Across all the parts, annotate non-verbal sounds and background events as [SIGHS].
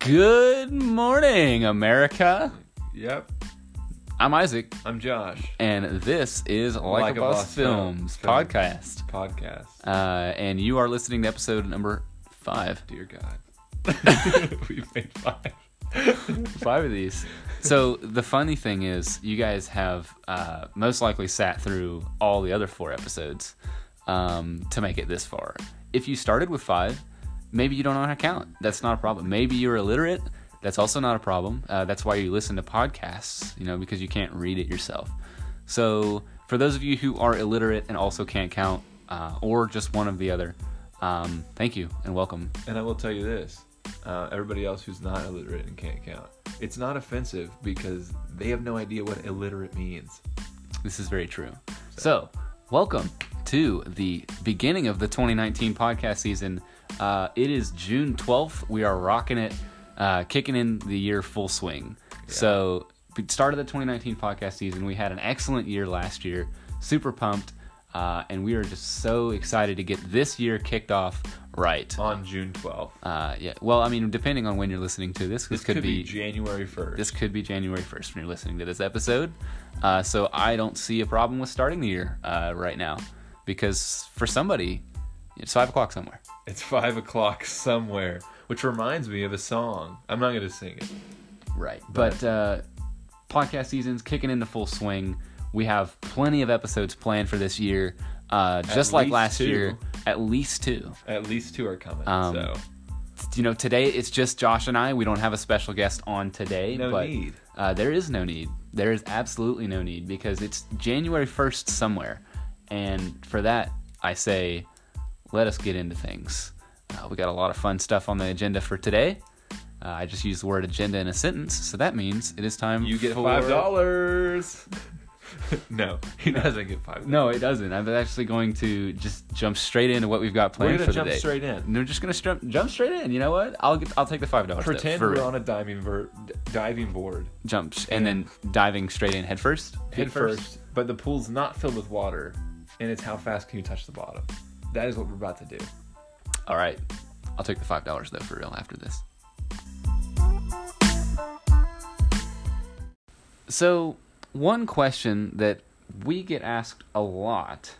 Good morning, America. Yep. I'm Isaac, I'm Josh. and this is Like, Like a Boss, Films, podcast. Podcast. Uh, and you are listening to episode number five. Dear God. [LAUGHS] We've made five. Five of these. So the funny thing is, you guys have uh, most likely sat through all the other four episodes um, to make it this far. If you started with five, maybe you don't know how to count. That's not a problem. Maybe you're illiterate. That's also not a problem. Uh, that's why you listen to podcasts, you know, because you can't read it yourself. So for those of you who are illiterate and also can't count, uh, or just one of the other, um, thank you and welcome. and I will tell you this uh, everybody else who's not illiterate and can't count, it's not offensive because they have no idea what illiterate means. This is very true. So, welcome to the beginning of the 2019 podcast season. Uh, it is June 12th. We are rocking it, uh, kicking in the year full swing. So, we started the 2019 podcast season. We had an excellent year last year. Super pumped. Uh, and we are just so excited to get this year kicked off right. On June 12th. Uh, yeah. Well, I mean, depending on when you're listening to this, this, This could, be, January 1st. this could be January 1st when you're listening to this episode. Uh, so I don't see a problem with starting the year uh, right now because for somebody, it's five o'clock somewhere. It's 5 o'clock somewhere, which reminds me of a song. I'm not going to sing it. Right. But uh, podcast season's kicking into full swing. We have plenty of episodes planned for this year, uh, just like least last two. year, at least two. At least two are coming. Um, so, You know, today it's just Josh and I. We don't have a special guest on today, no but need. Uh, there is no need. There is absolutely no need because it's January 1st somewhere. And for that, I say, let us get into things. Uh, we got a lot of fun stuff on the agenda for today. Uh, I just used the word agenda in a sentence, so that means it is time You get for- five dollars. [LAUGHS] no, he doesn't get five. No, it doesn't. I'm actually going to just jump straight into what we've got we're planned gonna for jump the day. straight in. No, we're just gonna str- jump straight in. You know what? I'll get, I'll take the five dollars. Pretend for we're real. on a diving ver- d- diving board jump sh- and then diving straight in head first. head first. but the pool's not filled with water, and it's how fast can you touch the bottom. That is what we're about to do. All right. I'll take the five dollars though for real after this. So one question that we get asked a lot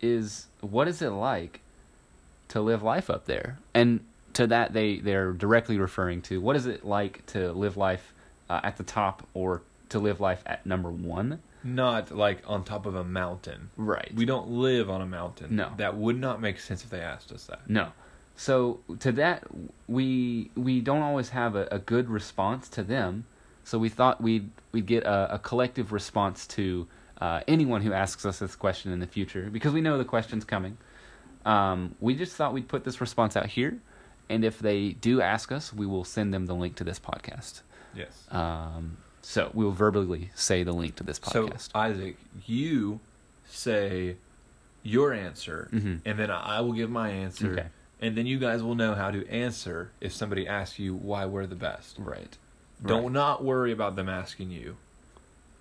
is what is it like to live life up there? And to that they they're directly referring to what is it like to live life uh, at the top or to live life at number one? Not like on top of a mountain. Right. We don't live on a mountain. No. that would not make sense if they asked us that. No. So to that, we we don't always have a, a good response to them. So we thought we'd we'd get a, a collective response to uh, anyone who asks us this question in the future because we know the question's coming. Um, we just thought we'd put this response out here, and if they do ask us, we will send them the link to this podcast. Yes. Um, so we will verbally say the link to this podcast. So Isaac, you say your answer, Mhm. and then I will give my answer, Okay. and then you guys will know how to answer if somebody asks you why we're the best. right. Don't not worry about them asking you;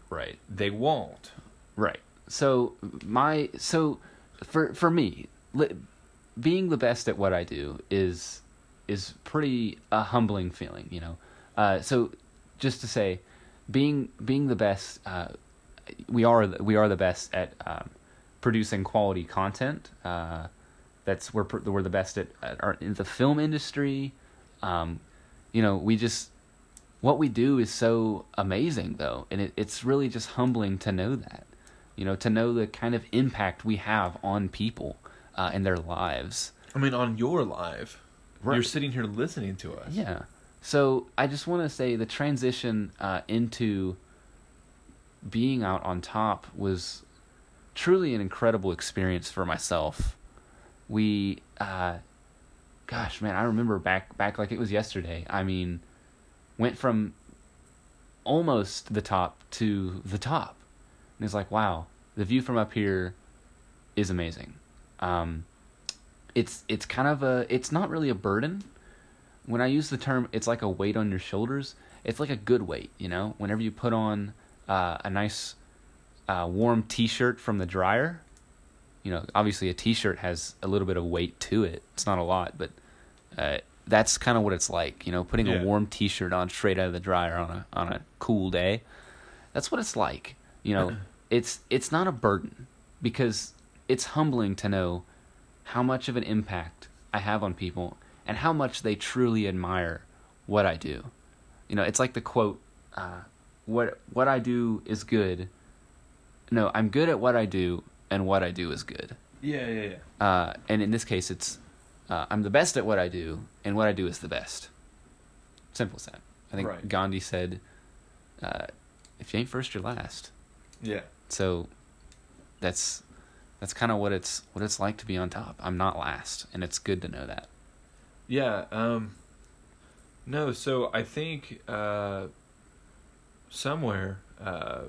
Right. they won't. Right. So my so for for me, li- being the best at what I do is is pretty a humbling feeling, you know. Uh, so just to say, being being the best, uh, we are the- we are the best at um, producing quality content. Uh, that's we're pr- we're the best at, at our, in the film industry. Um, you know, we just what we do is so amazing though and it, it's really just humbling to know that you know to know the kind of impact we have on people uh, and their lives I mean, on your live, Right. you're sitting here listening to us. yeah so i just want to say the transition uh, into being out on top was truly an incredible experience for myself we uh, gosh man i remember back back like it was yesterday i mean went from almost the top to the top. And it's like, wow, the view from up here is amazing. Um, it's it's kind of a it's not really a burden. When I use the term, it's like a weight on your shoulders. It's like a good weight, you know. Whenever you put on uh, a nice uh, warm T-shirt from the dryer, you know, obviously a T-shirt has a little bit of weight to it. It's not a lot, but uh, that's kind of what it's like, you know, putting Yeah. a warm T-shirt on straight out of the dryer on a on a cool day. That's what it's like, you know. it's it's not a burden because it's humbling to know how much of an impact I have on people and how much they truly admire what I do. You know, it's like the quote, uh, "What what I do is good." No, I'm good at what I do, and what I do is good Yeah, yeah, yeah. uh, and in this case, it's uh, I'm the best at what I do, and what I do is the best. Simple as that. I think Right. Gandhi said, uh, "If you ain't first, you're last." Yeah. So that's that's kind of what it's what it's like to be on top. I'm not last, and it's good to know that. Yeah. Um, no, so I think uh, somewhere uh,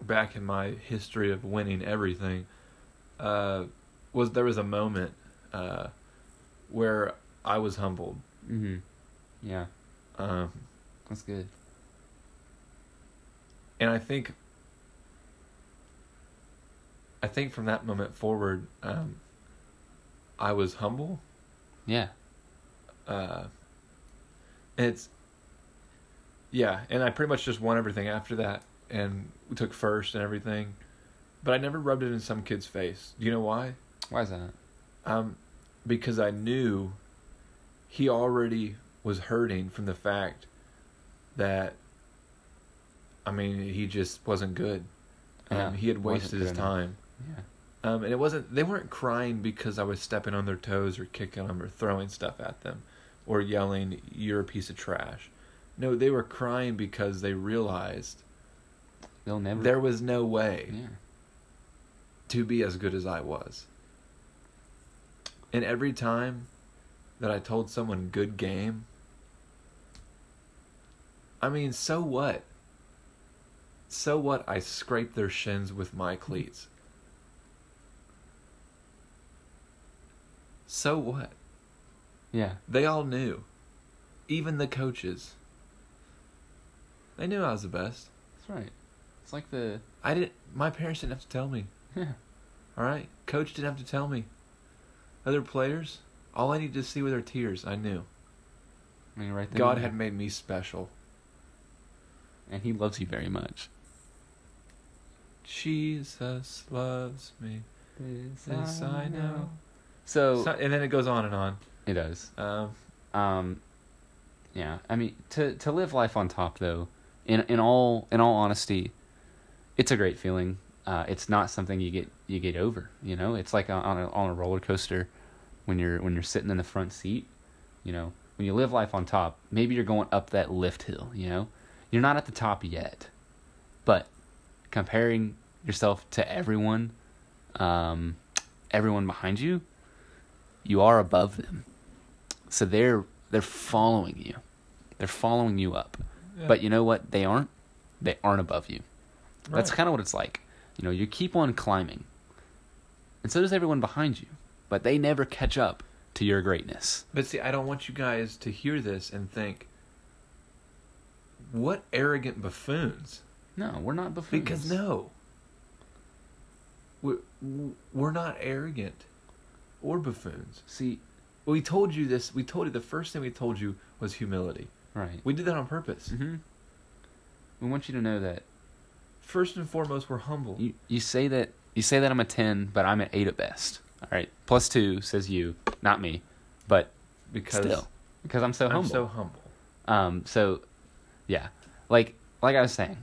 back in my history of winning everything, uh, was there was a moment uh, where I was humbled. Mm-hmm. Yeah, Um, that's good. and I think I think from that moment forward, um, I was humble. Yeah, Uh, and it's yeah, and I pretty much just won everything after that, and we took first and everything. But I never rubbed it in some kid's face. Do you know why? why is that? Um, because I knew he already was hurting from the fact that I mean he just wasn't good. Um, Yeah, he had wasn't wasted good his enough. time. Yeah, Um, and it wasn't they weren't crying because I was stepping on their toes or kicking them or throwing stuff at them or yelling you're a piece of trash. No, they were crying because they realized they'll never. there was no way [LAUGHS] yeah, to be as good as I was. And every time that I told someone good game, I mean, so what? So what? I scraped their shins with my cleats. So what? yeah, They all knew. Even the coaches. They knew I was the best. that's right. It's like the [LAUGHS] I didn't. My parents didn't have to tell me. yeah, All right, coach didn't have to tell me. Other players, all I needed to see were their tears. I knew I mean, right there. God had made me special. and He loves you very much. Jesus loves me. This I know. So So- and then it goes on and on. it does. Um, um yeah i mean to to live life on top though in in all in all honesty it's a great feeling uh it's not something you get you get over you know it's like on a, on a roller coaster when you're when you're sitting in the front seat you know when you live life on top maybe you're going up that lift hill you know you're not at the top yet but comparing yourself to everyone um everyone behind you you are above them so they're they're following you. They're following you up. yeah, But you know what? They aren't. They aren't above you. That's right. kind of what it's like. You know, you keep on climbing. And so does everyone behind you, but they never catch up to your greatness. But see, I don't want you guys to hear this and think, "What arrogant buffoons." No, we're not buffoons. Because no, we're, we're not arrogant or buffoons. See, We told you this. We told you the first thing we told you was humility. right. We did that on purpose. Mm-hmm. We want you to know that First and foremost, we're humble. you, you say that you say that I'm a ten, but I'm an eight at best. All right, plus two says you, not me, but because still, because I'm so I'm humble. so humble. Um, so, yeah, like like I was saying,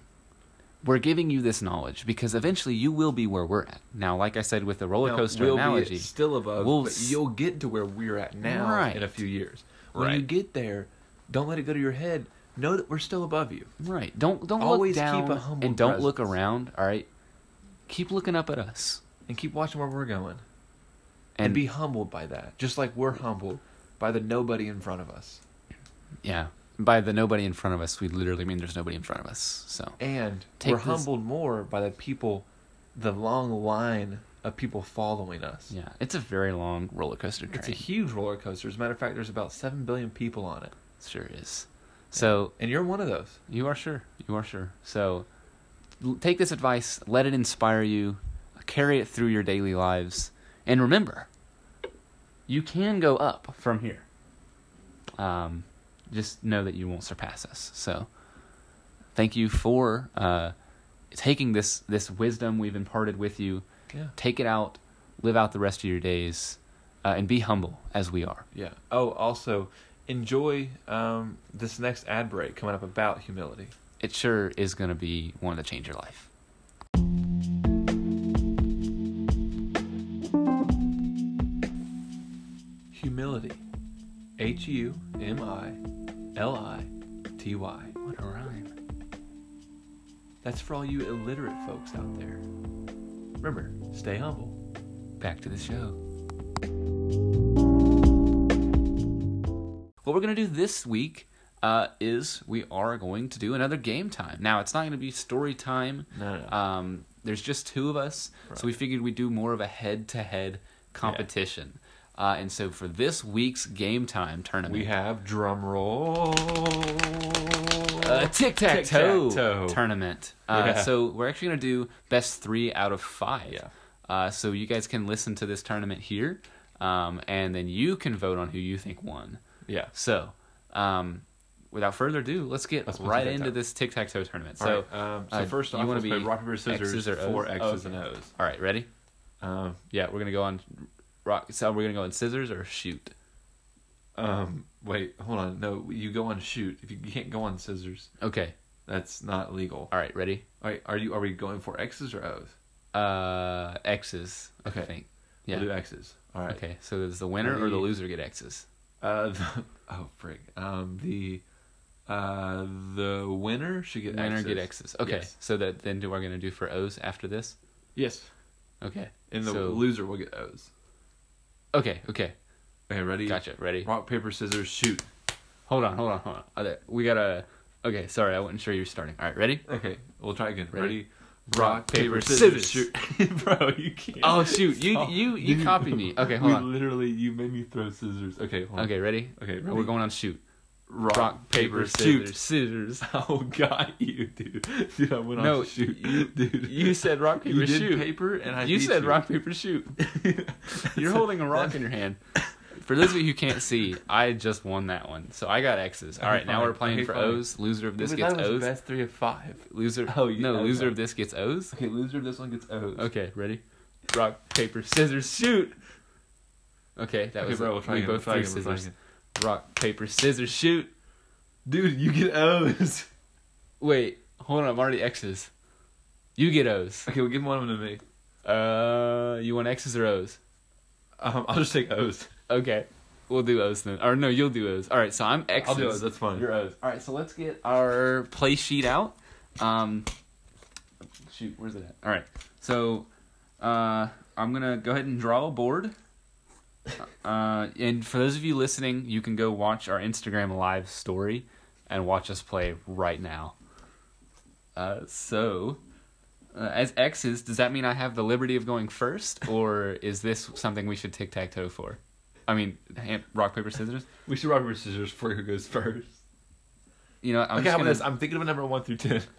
we're giving you this knowledge because eventually you will be where we're at. Now, like I said with the roller Now, coaster we'll be analogy, still above, We'll but s- you'll get to where we're at now Right. in a few years. When you Right. get there, don't let it go to your head. Know that we're still above you. right? Don't don't Always look keep down a humble and don't look presence. around. All right, keep looking up at us And keep watching where we're going. And, be humbled by that. Just like we're humbled by the nobody in front of us. yeah. By the nobody in front of us, we literally mean there's nobody in front of us. So And Take we're this- humbled more by the people, the long line of people following us. yeah, it's a very long roller coaster It's a train. huge roller coaster. As a matter of fact, there's about 7 billion people on it. sure is. So And you're one of those. You are sure. You are sure. So l- take this advice, let it inspire you, carry it through your daily lives, and remember, you can go up from here. Um, just know that you won't surpass us. So thank you for uh, taking this this wisdom we've imparted with you. Yeah. Take it out, live out the rest of your days, uh, and be humble as we are. Yeah. Oh, also enjoy um, this next ad break coming up about humility. It sure is going to be one to change your life. Humility. H U M I L I T Y. What a rhyme. That's for all you illiterate folks out there. Remember, stay humble. Back to the show. What we're going to do this week uh, is we are going to do another game time. Now, it's not going to be story time. No, no, no. Um, there's just two of us, Right. so we figured we'd do more of a head to head competition. Uh, and so for this week's game time tournament, We have drum roll. a tic tac toe Uh, Tic-tac-toe. Uh, tournament. Uh, Yeah. So we're actually going to do best three out of five. Yeah. Uh, so you guys can listen to this tournament here, um, and then you can vote on who you think won. Yeah. So, um, without further ado, let's get Let's play right tic-tac-toe. into this tic tac toe tournament. So, So, um, so uh, first you off, wanna let's play be rock, paper, scissors X's or for O's? X's Okay. and O's. all right, ready? Um, Yeah, we're gonna go on rock. So we're gonna go in scissors or shoot. um, wait, hold on. No, you go on shoot. If you can't go on scissors, Okay. that's not legal. All right, ready? All right, are you? Are we going for X's or O's? Uh, X's. I Okay. think. We'll Yeah. do X's. All right. Okay. So does the winner or the Ready? loser get X's? Uh, [LAUGHS] the, oh frig. Um, the uh the winner should get winner X's. get X's. Okay. Yes. So that then do we're gonna do for O's after this? Yes. Okay. And the So- loser will get O's. Okay. Okay. Okay, ready? Gotcha. Ready? Rock paper scissors shoot. Hold on. Hold on. Hold on. Oh, there- We gotta. Okay. Sorry, I wasn't sure you were starting. All right. Ready? Okay, we'll try again. Ready? Ready? Rock, paper, scissors, shoot. [LAUGHS] Bro, you can't. Oh shoot! You you you Dude. copied me. Okay. [LAUGHS] Hold we on. Literally, you made me throw scissors. Okay, hold on. Okay. Ready? Okay, We're ready? going on shoot. Rock, Rock, paper, scissors, scissors. Oh, got you, dude. [LAUGHS] Dude, I went No, on shoot. you- [LAUGHS] dude. You said rock paper You did shoot. paper, and I you beat said [LAUGHS] rock paper shoot. You're holding a rock in your hand. For those of you who can't see, I just won that one. So I got X's. All Okay, right, now we're fine. playing Okay, for fine. O's. Loser of this Dude, gets that was O's. best three of five. Loser. Oh, you- no, okay. loser of this gets O's. Okay, loser of this one gets O's. Okay, ready? Rock paper scissors shoot. Okay, that Okay, was bro, it. we'll try we again, we'll both try threw again, we'll try scissors. Rock paper scissors shoot. Dude, you get O's. [LAUGHS] Wait, hold on. I'm already X's. You get O's. Okay, well, give one of them to me. Uh, you want X's or O's? Um, I'll just take O's. Okay. We'll do O's then. Or no, you'll do O's. All right, so I'm X's. I'll do O's. That's fine. You're O's. All right, so let's get our play sheet out. Um, shoot, where's it at? All right, so uh, I'm gonna go ahead and draw a board. Uh, and for those of you listening, you can go watch our Instagram live story and watch us play right now. Uh, so, uh, as X's, does that mean I have the liberty of going first, or is this something we should tic tac toe for? I mean, hand, rock paper scissors. We should rock paper scissors for who goes first. You know, I'm okay, just how about gonna- this? I'm thinking of a number one [LAUGHS] through ten. [LAUGHS]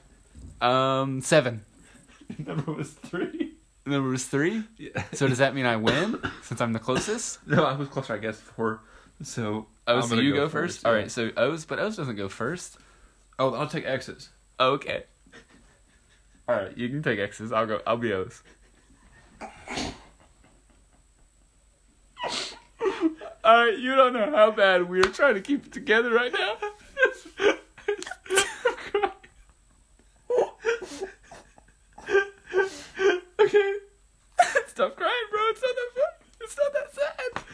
Um, seven. number was three. Number was three. [LAUGHS] Yeah. So does that mean I win since I'm the closest? No, I was closer, I guess. Four. So. Oh, I'm so gonna you go, first. yeah. All right. So O's, but O's doesn't go first. Oh, I'll [LAUGHS] take X's. okay. All right. You can take X's. I'll go. I'll be O's. All right. You don't know how bad we are trying to keep it together right now. [LAUGHS] Okay. Stop crying, bro. It's not that fun. It's not that sad.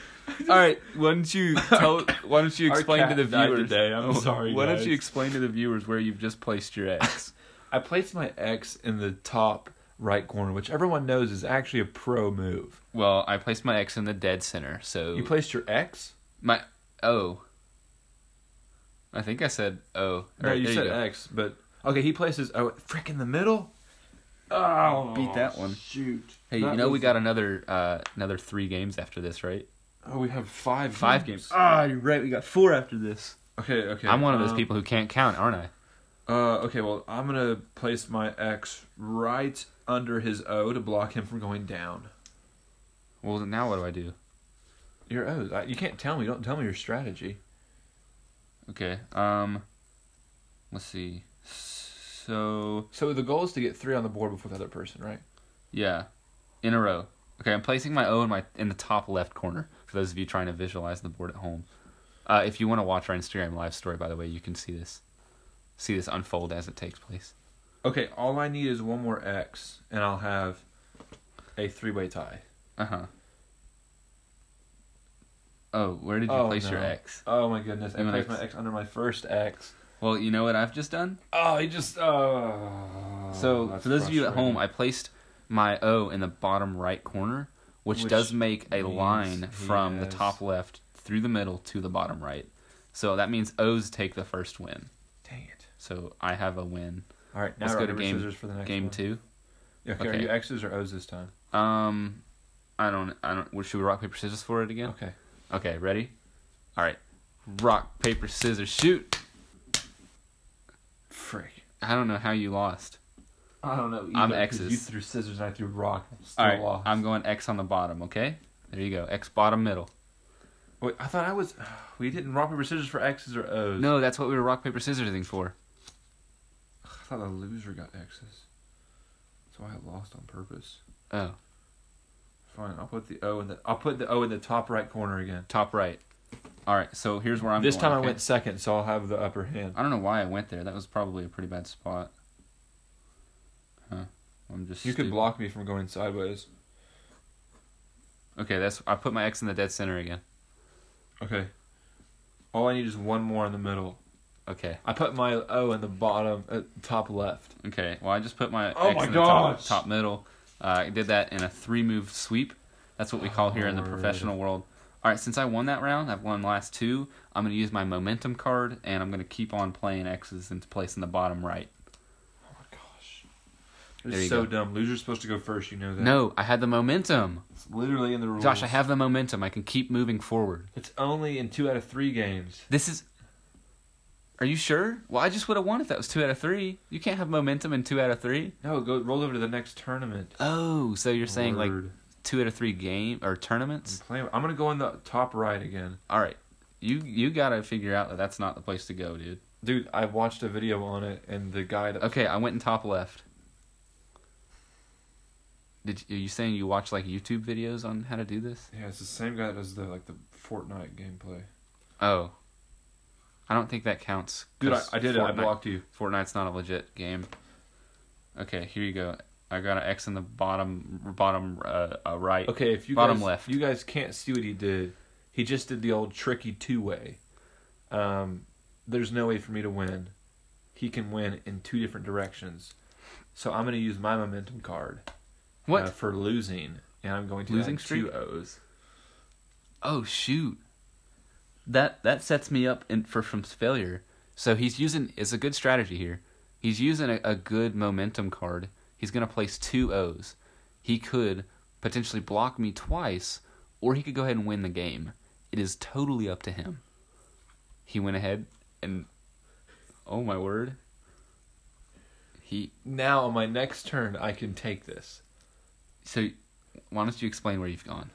All right, why don't [LAUGHS] you tell? Why don't you Oh Our explain to cat the died viewers? today, I'm sorry, Why guys. don't you explain to the viewers where you've just placed your X? [LAUGHS] I placed my X in the top right corner, which everyone knows is actually a pro move. well, I placed my X in the dead center, so You placed your X? my O. I think I said O. All No, right, you there said go. X, but okay, he places oh frick in the middle. Oh, beat that one. Shoot. Hey, you know we got another uh, another three games after this, right? Oh, we have five. Five games. Ah, you're right. We got four after this. Okay, okay. I'm one of those um, people who can't count, aren't I? Uh, okay, well, I'm gonna place my X right under his O to block him from going down. Well, now what do I do? Your O's. I, you can't tell me. Don't tell me your strategy. Okay. Um, let's see. So So the goal is to get three on the board before the other person, right? yeah, in a row. Okay, I'm placing my O in my in the top left corner for those of you trying to visualize the board at home. Uh, if you want to watch our Instagram live story, by the way, you can see this, see this unfold as it takes place. Okay, all I need is one more X, and I'll have a three-way tie. Uh huh. Oh, where did you Oh, place your no. X? Oh my goodness! I You want placed X? my X under my first X. Well, you know what I've just done? Oh, he just. Oh. so, that's for those of you at home, frustrating. I placed my O in the bottom right corner, which, Which does make a means line he from the has- top left through the middle to the bottom right. So that means O's take the first win. Dang it! So I have a win. All right, now Let's go to rock, paper, game- scissors for the next Game one. two. Okay, are Okay. you X's or O's this time? Um, I don't. I don't. Should we rock paper scissors for it again? Okay. Okay, ready? All right. Rock paper scissors shoot. Frick. I don't know how you lost. I don't know. I'm either, 'cause You X's. threw scissors and I threw rock. and Still All right, lost. I'm going X on the bottom. Okay, there you go. X bottom middle. Wait, I thought I was. [SIGHS] We didn't rock paper scissors for X's or O's. No, that's what we were rock paper scissors thing for. I thought the loser got X's. That's why I lost on purpose. Oh, Fine, I'll put the O in the. I'll put the O in the top right corner again. top right. All right, so here's where I'm. this going, time okay? I went second, so I'll have the upper hand. I don't know why I went there. That was probably a pretty bad spot. Huh? I'm just. You could stupid. block me from going sideways. Okay, that's. I put my X in the dead center again. Okay. All I need is one more in the middle. Okay. I put my O in the bottom, uh, top left. Okay. Well, I just put my Oh X my in the top, gosh! top middle. Uh, I did that in a three move sweep. That's what we call here in the Lord. professional world. All right, since I won that round, I've won last two. I'm going to use my momentum card, and I'm going to keep on playing X's into place in the bottom right. Oh my gosh. There you It's so go. dumb. Loser's supposed to go first, you know that. No, I had the momentum. It's literally in the rules. Josh, I have the momentum. I can keep moving forward. It's only in two out of three games. This is. Are you sure? Well, I just would have won if that was two out of three. You can't have momentum in two out of three. No, go roll over to the next tournament. Oh, so you're saying like Lord. two out of three game or I'm, tournaments? playing- I'm gonna go in the top right again, All right, you you gotta figure out that that's not the place to go, dude. dude. I watched a video on it, and the guy that Okay, I went in top left. Did you, are you saying you watch like YouTube videos on how to do this? yeah, it's the same guy that does the like the Fortnite gameplay. Oh, I don't think that counts. Dude, I, 'cause I did it. I Fortnite- blocked you. Fortnite's not a legit game. Okay, here you go. I got an X in the bottom bottom uh, uh, right. Okay, if you Bottom guys, left. you guys can't see what he did. He just did the old tricky two way. Um, there's no way for me to win. He can win in two different directions. So I'm going to use my momentum card. What? uh, for losing? And I'm going to Losing add streak? two O's. oh shoot. That that sets me up in, for from failure. So he's using it's a good strategy here. He's using a, a good momentum card. He's going to place two O's. He could potentially block me twice, or he could go ahead and win the game. It is totally up to him. He went ahead and oh my word. He Now on my next turn, I can take this. So, why don't you explain where you've gone?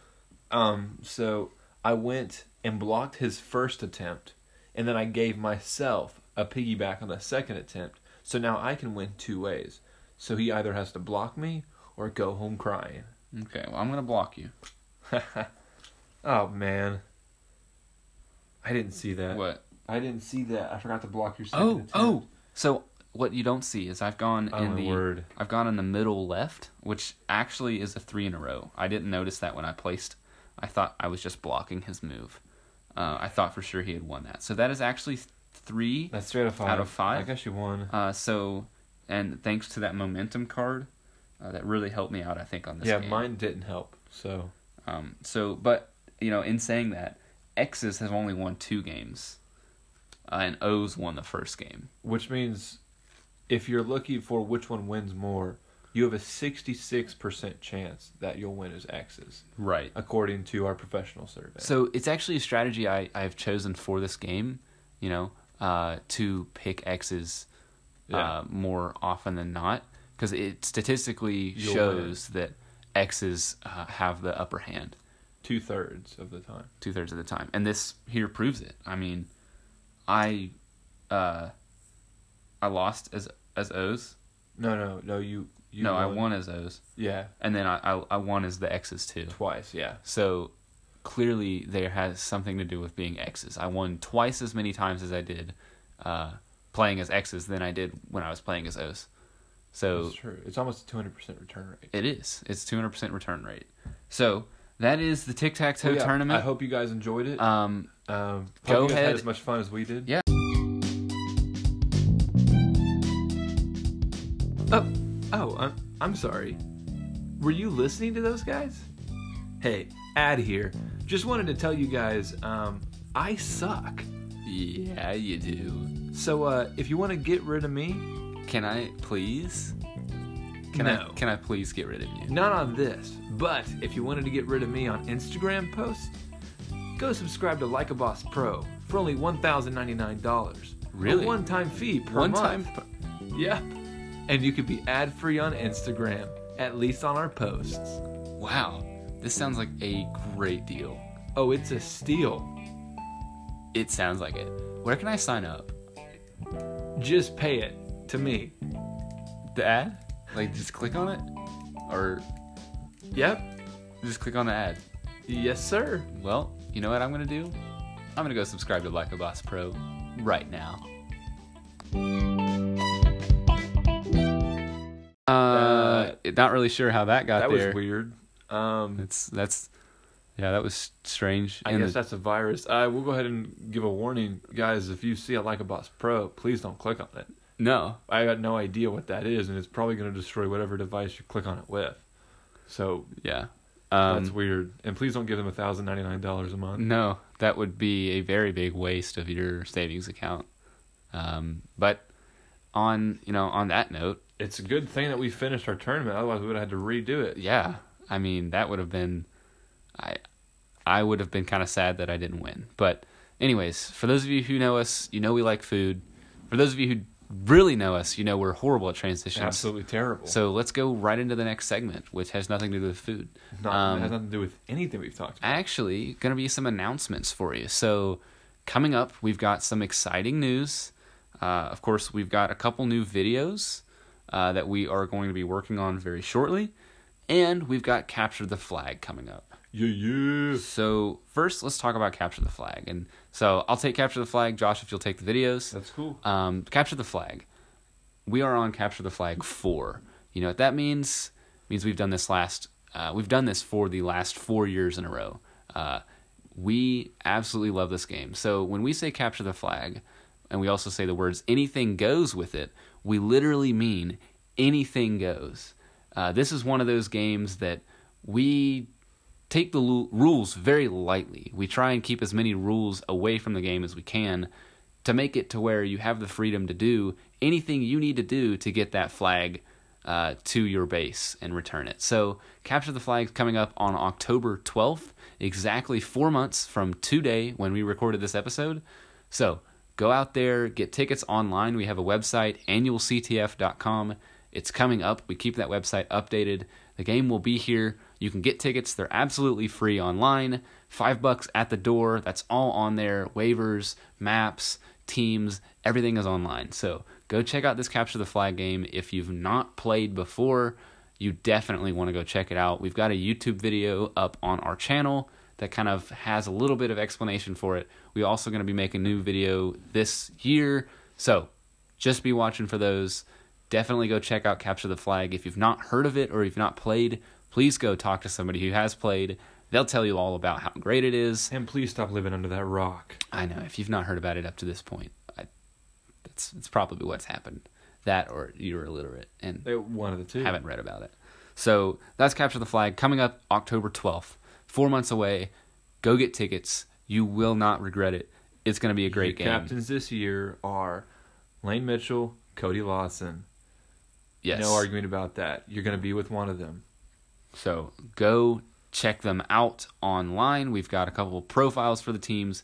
Um, so I went and blocked his first attempt, and then I gave myself a piggyback on the second attempt. So now I can win two ways. So he either has to block me or go home crying. Okay, well, I'm gonna block you. oh man, I didn't see that. What? I didn't see that. I forgot to block your second Oh, attempt. oh. So what you don't see is I've gone Oh, in my the word. I've gone in the middle left, which actually is a three in a row. I didn't notice that when I placed. I thought I was just blocking his move. Uh, I thought for sure he had won that. So that is actually th- three. That's straight out of five. Out of five? I guess you won. Uh, so, and thanks to that momentum card, uh, that really helped me out. I think on this. yeah, game. mine didn't help. So Um, so, but you know, in saying that, X's has only won two games, uh, and O's won the first game. which means if you're looking for which one wins more, you have a 66% chance that you'll win as X's, Right. according to our professional survey. So it's actually a strategy I I have chosen for this game. You know, uh, to pick X's Yeah. uh, more often than not, because it statistically You'll shows that X's uh, have the upper hand two thirds of the time. two thirds of the time, and this here proves it. I mean, I uh I lost as as O's. No, no, no. You, you. no, I won as O's, Yeah, and then I, I I won as the X's too. twice. Yeah. So clearly, there has something to do with being X's. I won twice as many times as I did uh, playing as X's than I did when I was playing as O's. So That's true. It's almost a two hundred percent return rate. it is. It's two hundred percent return rate. So that is the tic tac toe Well, Oh, yeah, I tournament. hope you guys enjoyed it. um, um, hope go you guys ahead. Had as much fun as we did. Yeah. Oh, oh, I'm I'm sorry. Were you listening to those guys? Hey, ad here. Just wanted to tell you guys, um, I suck. yeah, you do. So uh, if you want to get rid of me, Can I please? Can No. I can I please get rid of you? Not on this, but if you wanted to get rid of me on Instagram posts, go subscribe to Like a Boss Pro for only $1,099. Really? A one time fee per One month. time Yep. And you could be ad free on Instagram, at least on our posts. Wow, this sounds like a great deal. Oh, it's a steal. It sounds like it. Where can I sign up? Just pay it to me. The ad? Like just click on it? Or Yep. just click on the ad. Yes, sir. Well, you know what I'm gonna do? I'm gonna go subscribe to Like a Boss Pro right now. Uh, not really sure how that got That there. was weird. Um, It's that's yeah, that was strange. I And guess the- that's a virus. I will go ahead and give a warning, guys. If you see a Like a Boss Pro, please don't click on it. no, I got no idea what that is, and it's probably going to destroy whatever device you click on it with. So yeah. Um, that's weird. And please don't give them thousand ninety nine dollars a month. No, that would be a very big waste of your savings account. Um, but on you know on that note, It's a good thing that we finished our tournament. Otherwise, we would have had to redo it. yeah, I mean that would have been, I, I would have been kind of sad that I didn't win. But anyways, for those of you who know us, you know we like food. For those of you who really know us, you know we're horrible at transitions. Absolutely terrible. So let's go right into the next segment, which has nothing to do with food. Not, um, it has nothing to do with anything we've talked about. actually going to be some announcements for you. So, coming up, we've got some exciting news. Uh, of course, we've got a couple new videos uh, that we are going to be working on very shortly. And we've got Capture the Flag coming up. Yeah, yeah. So, first, let's talk about Capture the Flag. And so, I'll take Capture the Flag. Josh, if you'll take the videos That's cool. um, capture the flag. We are on capture the flag four. You know what that means? means we've done this last. Uh, we've done this for the last four years in a row. Uh, we absolutely love this game. So when we say capture the flag, and we also say the words anything goes with it, we literally mean anything goes. Uh, this is one of those games that we take the lu- rules very lightly. We try and keep as many rules away from the game as we can to make it to where you have the freedom to do anything you need to do to get that flag uh, to your base and return it. So, Capture the Flag is coming up on October 12th, exactly four months from today when we recorded this episode. So, go out there, get tickets online. We have a website, annualctf.com. It's coming up. We keep that website updated. The game will be here. You can get tickets. They're absolutely free online. Five bucks at the door. That's all on there. Waivers, maps, teams, everything is online. So go check out this Capture the Flag game. If you've not played before, you definitely want to go check it out. We've got a YouTube video up on our channel that kind of has a little bit of explanation for it. We're also going to be making a new video this year. So just be watching for those. Definitely go check out Capture the Flag. If you've not heard of it or you've not played, please go talk to somebody who has played. They'll tell you all about how great it is. And please stop living under that rock. I know if you've not heard about it up to this point, I, that's it's probably what's happened. That or you're illiterate and Eh, One of the two. haven't read about it. So that's Capture the Flag coming up October 12th. Four months away. Go get tickets. You will not regret it. It's going to be a great Your game. Captains this year are Lane Mitchell, Cody Lawson. yes. No argument about that. You're going to be with one of them. So go check them out online. We've got a couple of profiles for the teams.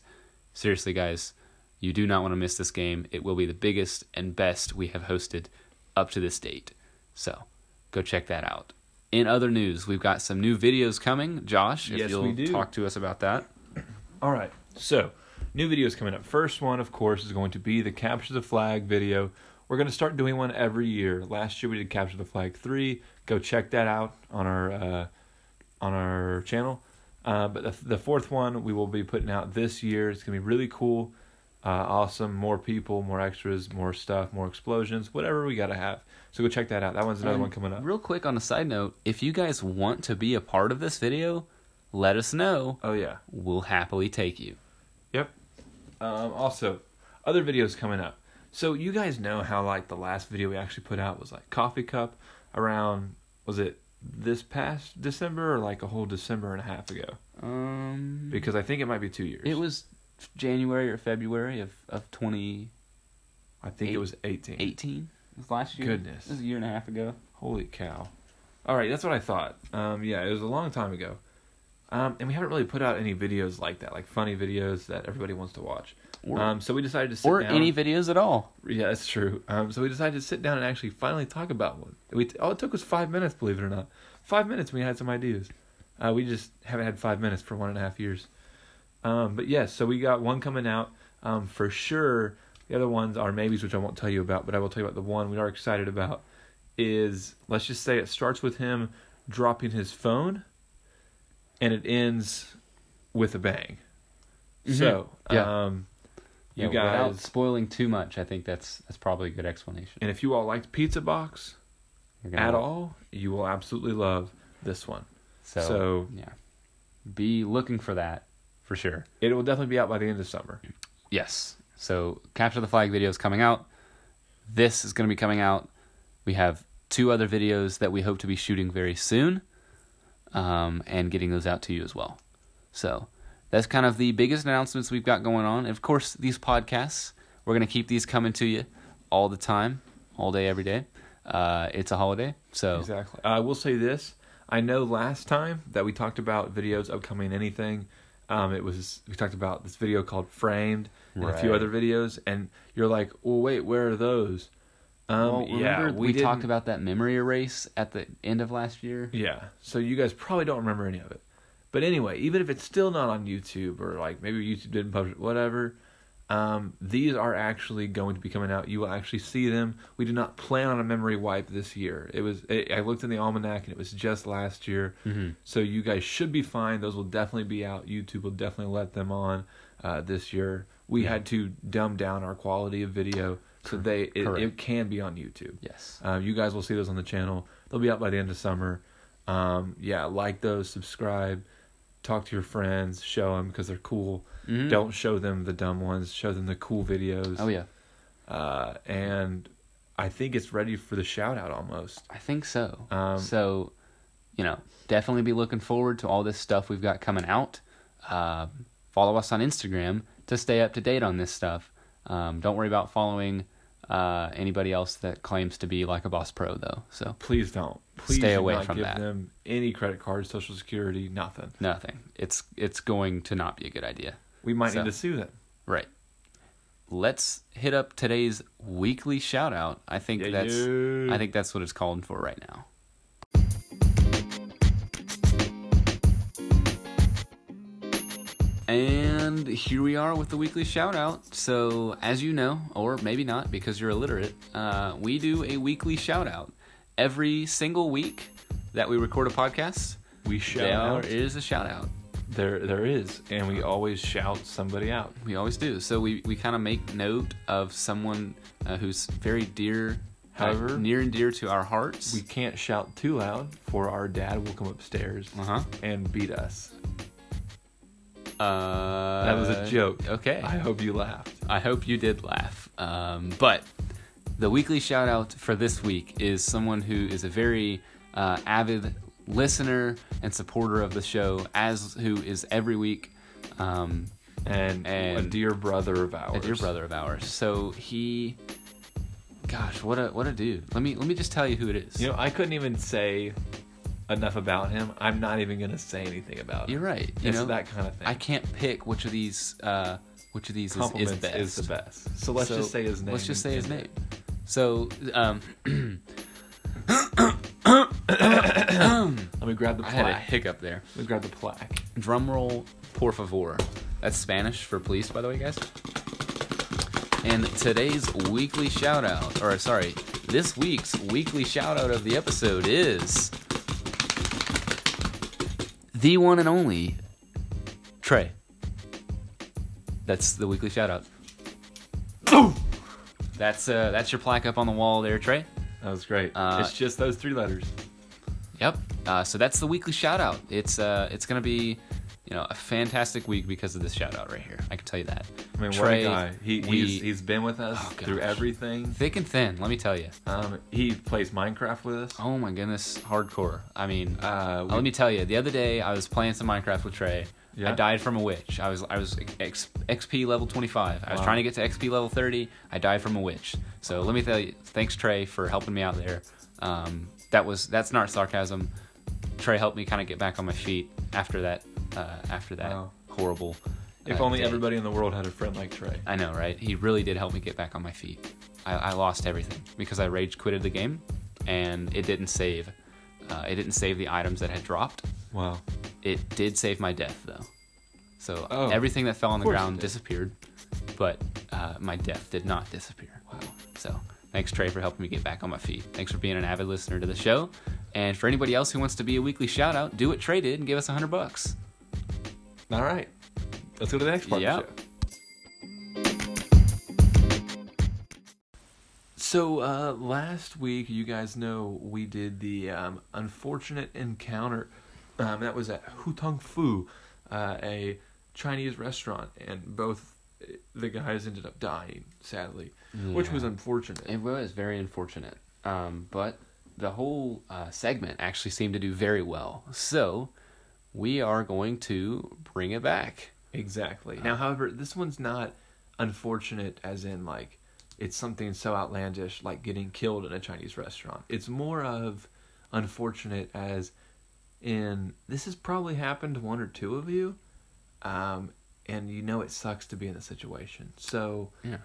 Seriously, guys, you do not want to miss this game. It will be the biggest and best we have hosted up to this date. So go check that out. In other news, we've got some new videos coming. Josh, if Yes, you'll we do. talk to us about that. All right. So, New videos coming up. First one, of course, is going to be the Capture the Flag video. We're going to start doing one every year. Last year we did Capture the Flag 3. Go check that out on our uh, on our channel. Uh, but the, the fourth one we will be putting out this year. It's going to be really cool, uh, awesome. More people, more extras, more stuff, more explosions, whatever we got to have. So go check that out. That one's another And one coming up. Real quick on a side note, if you guys want to be a part of this video, let us know. Oh, yeah. We'll happily take you. Yep. Um, also, other videos coming up. So you guys know how like the last video we actually put out was like coffee cup around was it this past December or like a whole December and a half ago? Um, Because I think it might be two years. Mm-hmm. it was January or February of of twenty I think it was eighteen. eighteen. It was last year. Goodness. it was a year and a half ago. Holy cow! All right, that's what I thought. Um, yeah, it was a long time ago, um, and we haven't really put out any videos like that, like funny videos that everybody wants to watch. Or, um, so we decided to sit Uh, or down. any videos at all. Yeah, that's true. Um, so we decided to sit down and actually finally talk about one. We t- all it took was five minutes, believe it or not. Five minutes, we had some ideas. Uh, we just haven't had five minutes for one and a half years. Um, but yes, so we got one coming out um, for sure. The other ones are maybes, which I won't tell you about, but I will tell you about the one we are excited about. Is let's just say it starts with him dropping his phone, and it ends with a bang. Mhm. So Yeah. um, Yeah, you guys, without spoiling too much, I think that's that's probably a good explanation. and if you all liked Pizza Box, You're at gonna- all, you will absolutely love this one. So, so- yeah, be looking for that for sure. It will definitely be out by the end of summer. Yes. So capture the flag video is coming out. This is going to be coming out. We have two other videos that we hope to be shooting very soon, um, and getting those out to you as well. So that's kind of the biggest announcements we've got going on. And of course, these podcasts we're going to keep these coming to you all the time, all day, every day. Uh, it's a holiday, so Exactly. I will say this: I know last time that we talked about videos upcoming, anything. Um, it was we talked about this video called Framed and a few Right. other videos, and you're like, "Well, wait, where are those?" Um, Well, yeah, remember we, didn't- talked about that memory erase at the end of last year. Yeah. So you guys probably don't remember any of it. But anyway, even if it's still not on YouTube or like maybe YouTube didn't publish it, whatever, um, these are actually going to be coming out. You will actually see them. We did not plan on a memory wipe this year. It was i I looked in the almanac and it was just last year. Mhm. So you guys should be fine. Those will definitely be out. YouTube will definitely let them on uh, this year. We had to dumb down our quality of video so they it, it Correct. can be on YouTube. Yes. Um, you guys will see those on the channel. They'll be out by the end of summer. Um, yeah, like those, subscribe, talk to your friends, show them because they're cool. Mhm. Don't show them the dumb ones. Show them the cool videos. Oh yeah. Uh, and I think it's ready for the shout out almost. I think so. Um, so, you know, definitely be looking forward to all this stuff we've got coming out. Um follow us on Instagram to stay up to date on this stuff. Um, don't worry about following uh, anybody else that claims to be like a boss pro, though. So Please don't. Please Stay do away not from give that. them any credit cards, social security, nothing. nothing. It's it's going to not be a good idea. We might So- need to sue them. Right. Let's hit up today's weekly shout out. I think Yeah, that's you. I think that's what it's calling for right now. And here we are with the weekly shout out. So, as you know, or maybe not because you're illiterate, uh, we do a weekly shout out every single week that we record a podcast. We shout there out. is a shout out. There, there is, and we always shout somebody out. We always do. So we, we kind of make note of someone uh, who's very dear, However- uh, near and dear to our hearts. We can't shout too loud, for our dad will come upstairs uh-huh. and beat us. Uh, That was a joke. Okay. I hope you laughed. I hope you did laugh. Um, but the weekly shout out for this week is someone who is a very uh, avid listener and supporter of the show, as who is every week. Um, And, a And- dear brother of ours. a dear brother of ours. So he, gosh, what a what a dude. Let me let me just tell you who it is. You know, I couldn't even say enough about him. I'm not even gonna say anything about You're him. right. You it's know, that kind of thing. I can't pick which of these uh, which of these is, is Compliments best. the best. So let's So, just say his name. Let's just and- say his and- name. So, um, Let me grab the I had a plaque. hiccup there. Let me grab the plaque. Drum roll, por favor. That's Spanish for police, by the way, guys. And today's weekly shout out, or sorry, this week's weekly shout out of the episode is the one and only Trey. That's the weekly shout out. That's uh, that's your plaque up on the wall there, Trey. That was great. Uh, it's just those three letters. Yep. Uh, so that's the weekly shout out. It's uh, it's gonna be, you know, a fantastic week because of this shout out right here. I can tell you that. I mean, Trey, what a guy. He, we- he's, he's been with us Oh, through gosh. everything. Thick and thin, let me tell you. Um, he plays Minecraft with us. Oh my goodness, hardcore. I mean, Uh, we- let me tell you. The other day, I was playing some Minecraft with Trey. I Yeah. died from a witch. I was I was X, XP level 25. I was Wow. trying to get to XP level 30. I died from a witch. So let me tell you. Thanks Trey for helping me out there. Um, that was that's not sarcasm. Trey helped me kind of get back on my feet after that uh, after that Wow. horrible. if uh, only day. everybody in the world had a friend like Trey. I know, right? He really did help me get back on my feet. I, I lost everything because I rage quitted the game, and it didn't save. Uh, it didn't save the items that had dropped. Wow. It did save my death though, so Oh, everything that fell on the course it ground did. disappeared, but uh, my death did not disappear. Wow. So thanks Trey for helping me get back on my feet. Thanks for being an avid listener to the show, and for anybody else who wants to be a weekly shout out, do what Trey did and give us a hundred bucks. All right. Let's go to the next part Yep. of the show. So uh, last week, you guys know we did the um, unfortunate encounter. Um, that was at Hu Tong Fu, uh, a Chinese restaurant, and both uh, the guys ended up dying, sadly, which was Yeah. unfortunate. It was very unfortunate. Um, but the whole uh, segment actually seemed to do very well. So we are going to bring it back. Uh, Exactly. Now, however, this one's not unfortunate as in like it's something so outlandish like getting killed in a Chinese restaurant. It's more of unfortunate as in this has probably happened to one or two of you. Um and you know it sucks to be in the situation. So Yeah.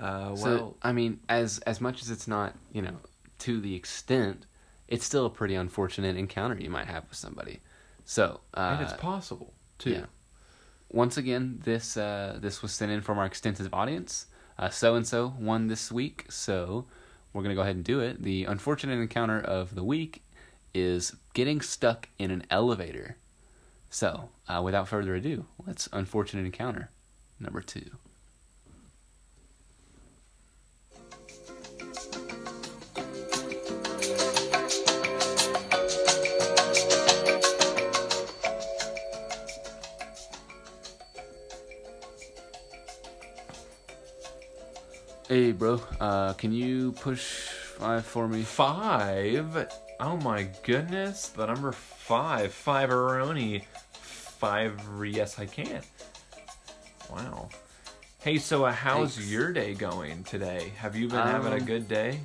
uh well so I mean, as as much as it's not you know to the extent, it's still a pretty unfortunate encounter you might have with somebody. So uh, and it's possible too. yeah. once again, this uh, this was sent in from our extensive audience. So and so won this week, so we're gonna go ahead and do it. The unfortunate encounter of the week is getting stuck in an elevator. So, uh, without further ado, let's unfortunate encounter number two. Hey, bro, uh, can you push five for me? Five. Oh my goodness, the number five, Fiveroni, five. Yes, I can. Wow. Hey, so uh, how's Thanks. your day going today? Have you been having a Um, good day?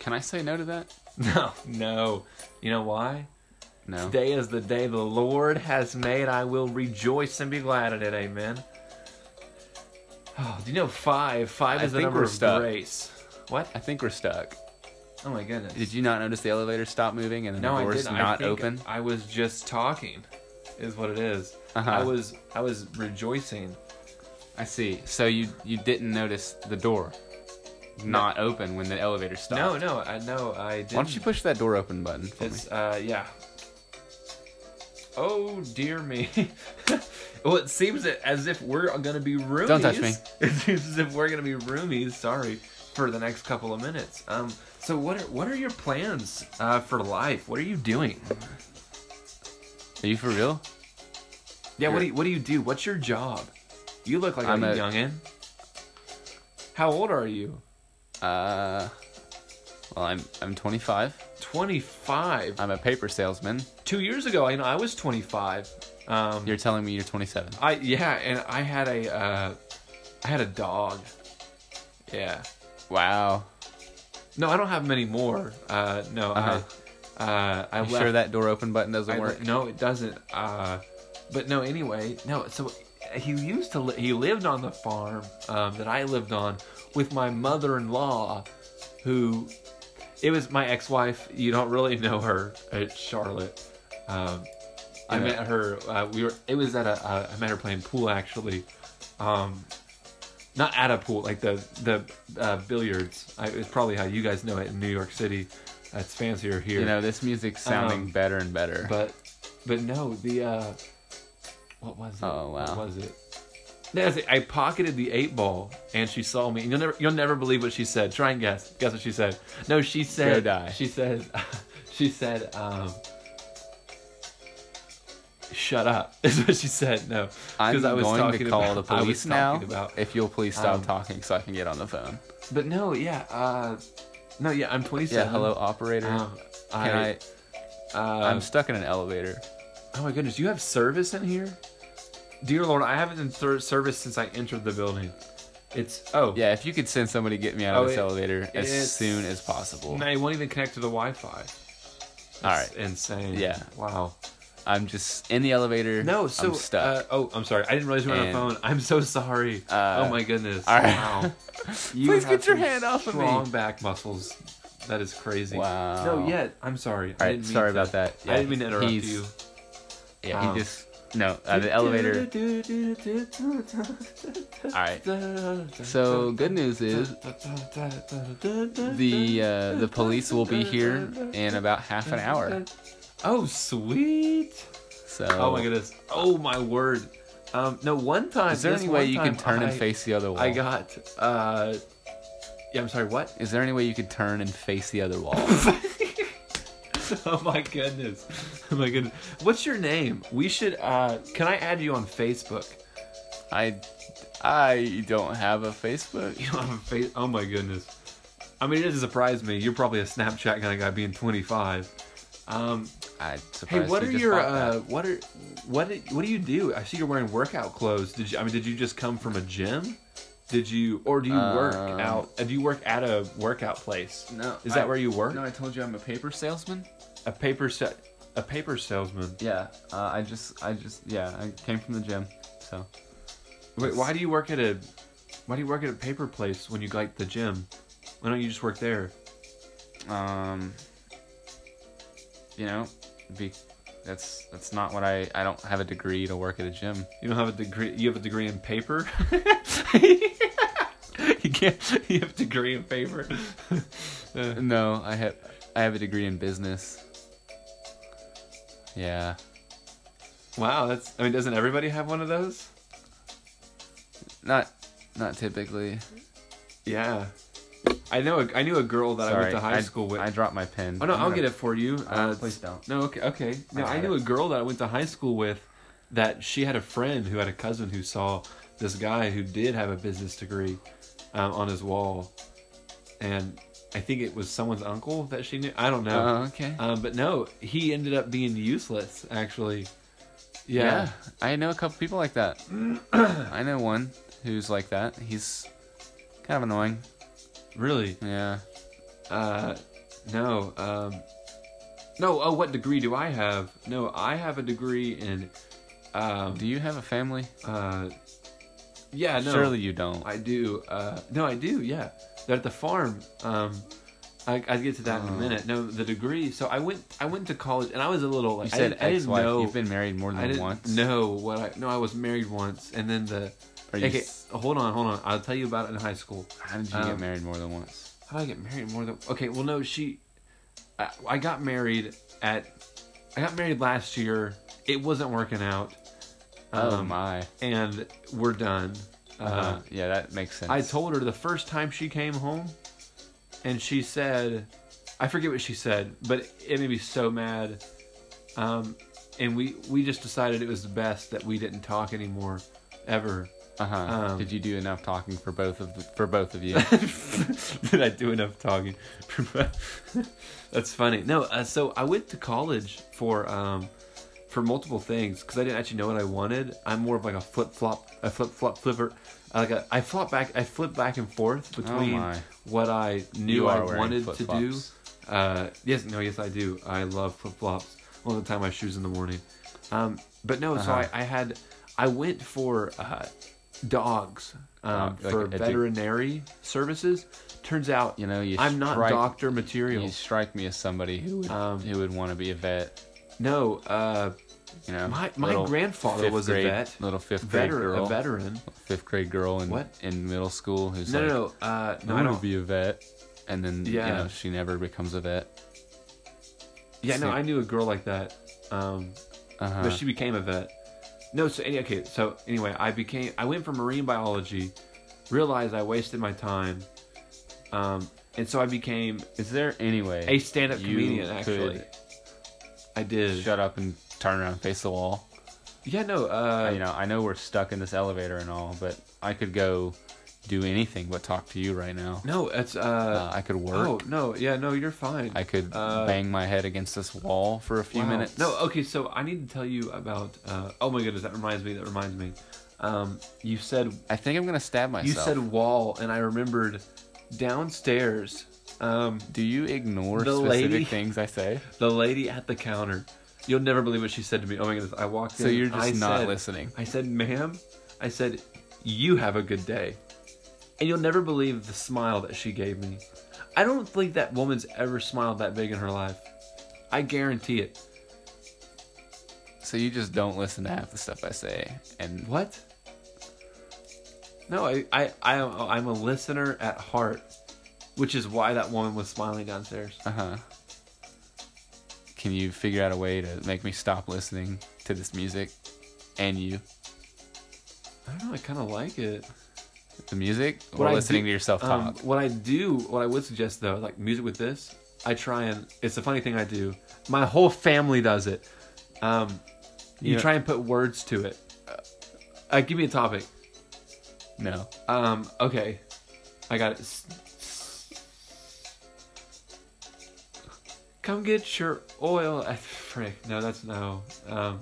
Can I say [LAUGHS] no to that? No, no. You know why? No. Today is the day the Lord has made. I will rejoice and be glad in it. Amen. [SIGHS] Oh, do you know five? Five I is the think number we're of stuck. grace. What? I think we're stuck. Oh my goodness. Did you not notice the elevator stop moving and the No, I doors didn't. not I think open? I was just talking, is what it is. Uh-huh. I was I was rejoicing. I see. So you you didn't notice the door not open when the elevator stopped. No, no, I no, I didn't. Why don't you push that door open button for me? It's uh yeah. Oh dear me. [LAUGHS] well, it seems that as if we're gonna be roomies. Don't touch me. [LAUGHS] It seems as if we're gonna be roomies. Sorry for the next couple of minutes. Um. So what are what are your plans uh, for life? What are you doing? Are you for real? Yeah, what You're- do you, what do you do? What's your job? You look like I'm a, a- youngin. How old are you? Uh, well, I'm I'm 25. 25. I'm a paper salesman. Two years ago, you know, I was 25. Um, You're telling me you're 27. I yeah, and I had a uh, I had a dog. Yeah. Wow. No, I don't have many more. Uh, no, I uh, I Uh-huh. You left. sure that door open button doesn't I- work? No, it doesn't. Uh, but no, anyway, no. So he used to li- he lived on the farm um, that I lived on with my mother-in-law, who it was my ex-wife. You don't really know her. It's Charlotte. Um, I met her. Uh, we were. It was at a. Uh, I met her playing pool actually, um, not at a pool like the the uh, billiards. I, it's probably how you guys know it in New York City. That's fancier here. You know, this music's sounding Um, better and better. But but no, the uh what was it? Oh, wow. What was it? No, that's it. I pocketed the eight ball and she saw me. And you'll never you'll never believe what she said. Try and guess. Guess what she said. No, she said die. she said [LAUGHS] she said um Shut up [LAUGHS] is what she said. No, I'm I was going talking to call about- the I was police now. talking about- If you'll please stop Um, talking so I can get on the phone. but no, yeah, uh, no, yeah. I'm 27. Yeah, hello, operator. Um, I, can I? uh, I'm stuck in an elevator. Oh my goodness, you have service in here? Dear Lord, I haven't been through service since I entered the building. It's oh Yeah, if you could send somebody to get me out Oh, of this it- elevator it's- as soon as possible. Now you won't even connect to the Wi-Fi. All It's right, insane. Yeah. wow. I'm just in the elevator. No, so I'm Uh, stuck. oh, I'm sorry. I didn't realize you were on the And- phone. I'm so sorry. Uh, oh my goodness. all right. [LAUGHS] Wow. Please have get your some hand off of me. Strong back muscles. That is crazy. Wow. No, yeah. I'm sorry. All I right, didn't mean sorry to- about that. I Yeah, didn't mean to interrupt he's- you. yeah, um, he just no uh, the [LAUGHS] elevator. All right. So good news is the uh, the police will be here in about half an hour. Oh sweet! So Oh my goodness! Oh my word! Um, no, one time. is there this any one way you can time turn and I- face the other wall? I got. Uh, yeah, I'm sorry. What? [LAUGHS] Is there any way you could turn and face the other wall? oh my goodness! Oh my goodness! What's your name? We should. Uh, can I add you on Facebook? [LAUGHS] I I don't have a Facebook. You don't have a face. Oh my goodness. I mean, it doesn't surprise me. You're probably a Snapchat kind of guy, being 25. Um, I hey, surprised what you are just your bought that. uh, what are what did- what do you do? I see you're wearing workout clothes. Did you? I mean, did you just come from a gym? Did you or do you work Um, out? uh, Do you work at a workout place? No, Is that I- where you work? No, I told you I'm a paper salesman. A paper set. A paper salesman. Yeah, uh, I just, I just, yeah, I came from the gym. So Wait, why do you work at a why do you work at a paper place when you like the gym? Why don't you just work there? um you know be that's that's not what i i don't have a degree to work at a gym [LAUGHS] You don't have a degree. You have a degree in paper. [LAUGHS] you can't. You have a degree in paper. [LAUGHS] Uh, no i have i have a degree in business yeah wow, that's. I mean, doesn't everybody have one of those? not not typically Yeah. I know. A, I knew a girl that I sorry went to high school with. i dropped my pen oh no, I'll get it for you. uh, Uh, please don't no, okay, okay. No, got I knew it. a girl that I went to high school with, that she had a friend who had a cousin who saw this guy who did have a business degree um, on his wall, and I think it was someone's uncle that she knew. I don't know. oh okay Um, but no, he ended up being useless, actually. yeah. Yeah. i know a couple people like [CLEARS THROAT] that i know one who's like that he's kind of annoying Really? yeah Uh, no. Um, no, oh, what degree do I have? No, I have a degree in. Um, do you have a family uh, yeah, no. surely you don't I do. Uh, no, I do, yeah. They're at the farm. Um, I, I get to that in a Oh. minute. No, the degree. So I went. I went to college, and I was a little. You Like, I said didn't, I didn't ex-wife. know. You've been married more I than didn't once. know what I. No, I was married once, and then the. Are you okay, s- hold on, hold on. I'll tell you about it in high school. How did you Um, get married more than once? How did I get married more than? Okay, well, no, she. I, I got married at. I got married last year. It wasn't working out. Oh Um, my. And we're done. Uh, Uh, yeah, that makes sense. I told her the first time she came home, and she said, I forget what she said, but it made me so mad. Um, and we we just decided it was the best that we didn't talk anymore, ever. Uh-huh. um, did you do enough talking for both of the, for both of you? Did I do enough talking? [LAUGHS] That's funny. No, uh, so I went to college for um, for multiple things because I didn't actually know what I wanted. I'm more of like a flip flop, a flip flop flipper. I Like a, I flop back, I flip back and forth [LAUGHS] between Oh my. what I knew You I are wearing wanted to do. flip-flops. Uh, yes, no, yes, I do. I love flip flops. All the time, my shoes in the morning. Um, but no, so Uh-huh. I, I had, I went for uh, dogs um, Dog, Uh, like for edu- veterinary services. Turns out You know, you I'm not strike, doctor You material. strike me as somebody who would Um, who would want to be a vet. No, uh, You know, My my little grandfather fifth was grade- a vet, Little fifth grade veteran, girl, a veteran. fifth grade girl in What? in middle school who's No, like, no, no, uh, no, I I want to don't. be a vet, and then you Yeah. know she never becomes a vet. yeah, no, sick. I knew a girl like that, um, Uh-huh. but she became a vet. No, so any, okay, so anyway, I became, I went from marine biology, realized I wasted my time, um, and so I became Is there any way a stand-up you comedian. could Actually, I did. shut up and turn around and face the wall? yeah, no, uh, you know, I know we're stuck in this elevator and all, but I could go do anything but talk to you right now. no, it's uh, Uh, I could work. oh no, yeah, no, you're fine. I could uh, bang my head against this wall for a few Wow. minutes. No, uh, okay, so I need to tell you about. Uh, oh my goodness, that reminds me. That reminds me. Um, you said I think I'm gonna stab myself. you said wall, and I remembered downstairs. Um, Do you ignore The specific lady- things I say? the lady at the counter. You'll never believe what she said to me. Oh my goodness, I walked So in. you're just I not said- listening. I said, "Ma'am," I said, "You have a good day," and you'll never believe the smile that she gave me. I don't think that woman's ever smiled that big in her life. I guarantee it. So you just don't listen to half the stuff I say. And What? No, I, I, I, I'm a listener at heart, which is why that woman was smiling downstairs. uh huh. Can you figure out a way to make me stop listening to this music? And you, I don't know, I kind of like it. the music, What or I listening do- to yourself Um, talk? what I do, what I would suggest though, like music with this, I try and it's a funny thing I do. My whole family does it. Um, you Yeah. try and put words to it. Uh, give me a topic. No. Um, okay, I got it. S- s- Come get your oil. Ah, Frick, no, that's no. Um,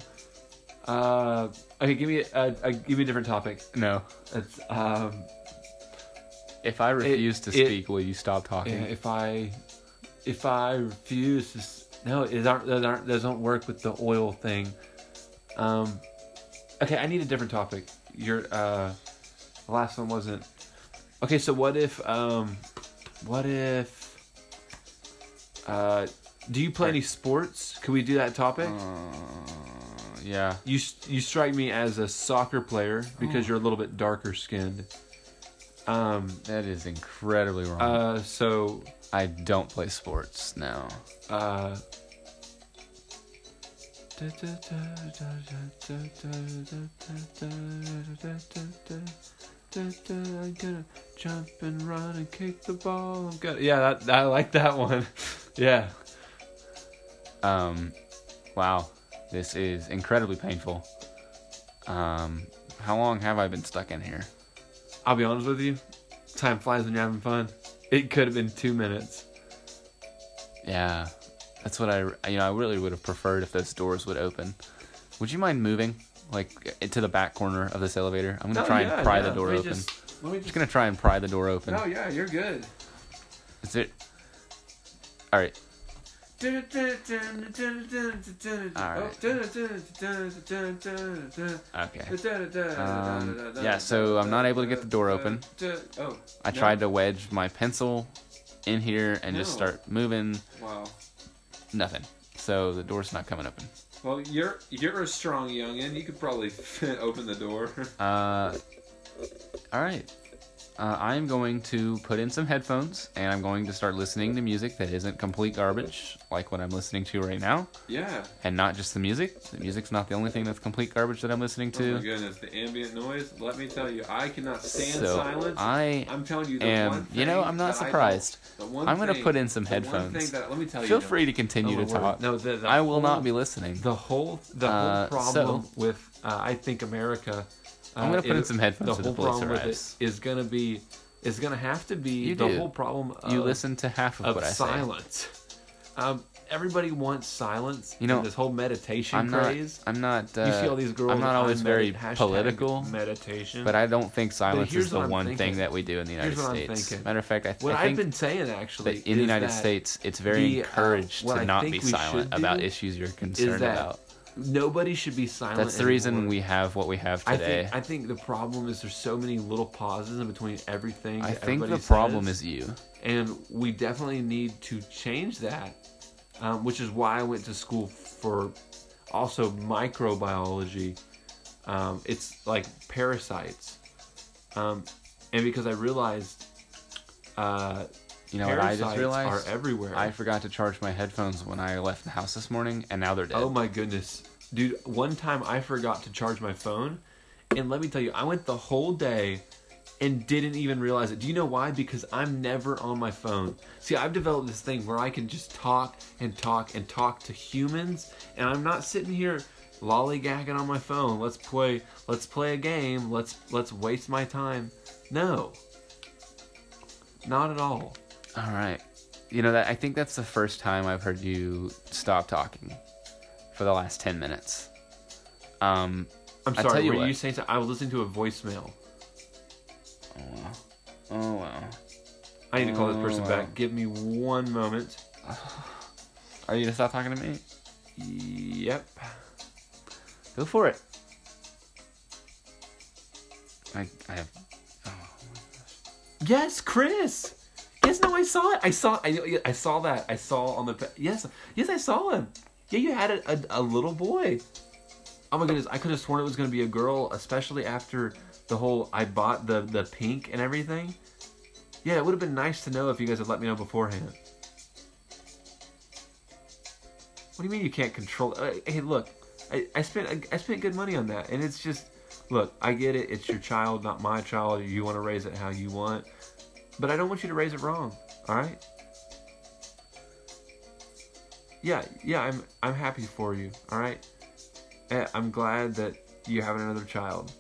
uh, okay, give me a, a, a give me a different topic. No. It's um, If I refuse to it- speak, will you stop talking? yeah, if I if I refuse to s- no, it aren't those aren't those don't work with the oil thing. Um, okay, I need a different topic. Your uh, the last one wasn't okay. So what if um, what if uh, do you play any sports? Can we do that topic? Uh, yeah. You s- you strike me as a soccer player because you're a little bit darker skinned. Um. That is incredibly wrong. Uh. So I don't play sports now. Uh, I'm gonna jump and run and kick the ball. I'm gonna, yeah, that, I like that one. [LAUGHS] yeah. Um, wow, this is incredibly painful. Um, how long have I been stuck in here? I'll be honest with you. Time flies when you're having fun. It could have been two minutes. Yeah, that's what I you know I really would have preferred if those doors would open. Would you mind moving like eh, to the back corner of this elevator? I'm gonna No, try Oh, yeah, and pry yeah. the door Let me open. just- let me I'm just just. gonna try and pry the door open. No, yeah, you're good. Is it? All right. Oh, Okay. Um, yeah, so I'm not able to get the door open. Oh, I no. tried to wedge my pencil in here and just No. start moving. Wow. Nothing. So the door's not coming open. Well, you're you're a strong youngin. You could probably [LAUGHS] open [LAUGHS] the door. Uh, all right. Uh, I'm going to put in some headphones and I'm going to start listening to music that isn't complete garbage, like what I'm listening to right now, yeah. and not just the music. The music's not the only thing that's complete garbage that I'm listening Oh to. my goodness, the ambient noise. Let me tell you, I cannot stand so silence. I am telling you, the one am, thing you know, I'm not that I don't- surprised. the one I'm gonna thing- put in some the one thing headphones. that- let me tell you, Feel though. free to continue Oh, to my word. talk. No, the, the I will not whole- be listening. The whole the whole Uh, problem so- with uh, I think America. Uh, I'm gonna put is- in some headphones The so the whole voice problem with arrives. it is gonna be is gonna have to be You the do. whole problem. Of, you listen to half of, of what I say. silence. Um, everybody wants silence. You know, and this whole meditation I'm not. craze. I'm not. Uh, you see all these girls. I'm not on always very medi- hashtag political, Meditation. but I don't think silence here's is the what I'm one thinking. thing that we do in the United Here's what I'm States. thinking. Matter of fact, I, what I I've think been saying actually that in the is United that States, it's very the, uh, encouraged what I to not think be we silent should about do issues you're concerned that about. Nobody should be silent. That's the reason anymore. we have what we have I today. think, I think the problem is there's so many little pauses in between everything. I that think the everybody problem says. is you. and we definitely need to change that, um, which is why I went to school for also microbiology. Um, it's like parasites, um, and because I realized uh, You know what I just parasites realized? are everywhere. I forgot to charge my headphones when I left the house this morning, and now they're dead. Oh my goodness. Dude, one time I forgot to charge my phone. And let me tell you, I went the whole day and didn't even realize it. Do you know why? Because I'm never on my phone. See, I've developed this thing where I can just talk and talk and talk to humans, and I'm not sitting here lollygagging on my phone. Let's play. Let's play a game. Let's let's waste my time. No. Not at all. All right. You know that I think that's the first time I've heard you stop talking for the last ten minutes. Um. I'm I'll sorry. tell you were what. you saying? something? I was listening to a voicemail. Oh well. Oh well. I need to call this person Oh, wow. back. Give me one moment. Are you gonna stop talking to me? Yep. Go for it. I I have. Yes, Chris. Yes, no, I saw it. I saw. I, I saw that. I saw on the. Yes, yes, I saw him. Yeah, you had a, a, a little boy. Oh my goodness! I could have sworn it was going to be a girl, especially after the whole I bought the the pink and everything. Yeah, it would have been nice to know if you guys had let me know beforehand. What do you mean you can't control? uh, Hey, look, I, I spent I, I spent good money on that, and it's just, look, I get it. It's your child, not my child. You want to raise it how you want, but I don't want you to raise it wrong. All right? Yeah, yeah, I'm I'm happy for you. All right, Eh, I'm glad that you have another child.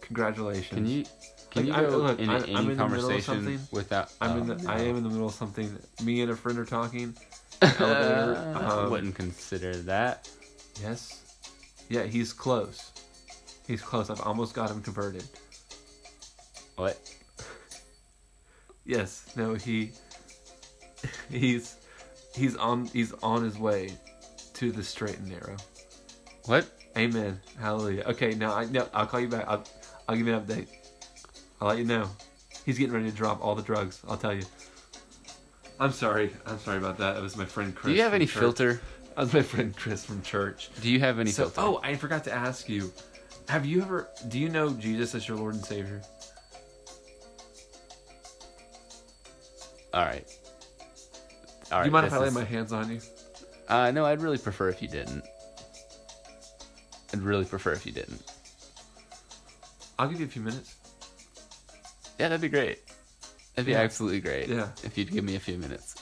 Congratulations. Can you? Can Like, you I- go look, into I- any I'm in the middle of conversation something. without? I'm oh, in the, no. I am in the middle of something. Me and a friend are talking. [LAUGHS] elevator, I um, wouldn't consider that. Yes. Yeah, he's close. He's close. I've almost got him converted. What? Yes. No, he [LAUGHS] he's he's on he's on his way to the straight and narrow. What? Amen. Hallelujah. Okay, now I no, I'll call you back. I'll, I'll give you an update. I'll let you know. He's getting ready to drop all the drugs. I'll tell you. I'm sorry. I'm sorry about that. It was my friend Chris. Do you have from any church. filter? That was my friend Chris from church. Do you have any So, filter? oh, I forgot to ask you. Have you ever? Do you know Jesus as your Lord and Savior? all right. All right. do oh. you mind if this I lay is- my hands on you? Uh, no, I'd really prefer if you didn't. I'd really prefer if you didn't. I'll give you a few minutes. Yeah, that'd be great. That'd be Yeah. absolutely great. Yeah. If you'd give me a few minutes.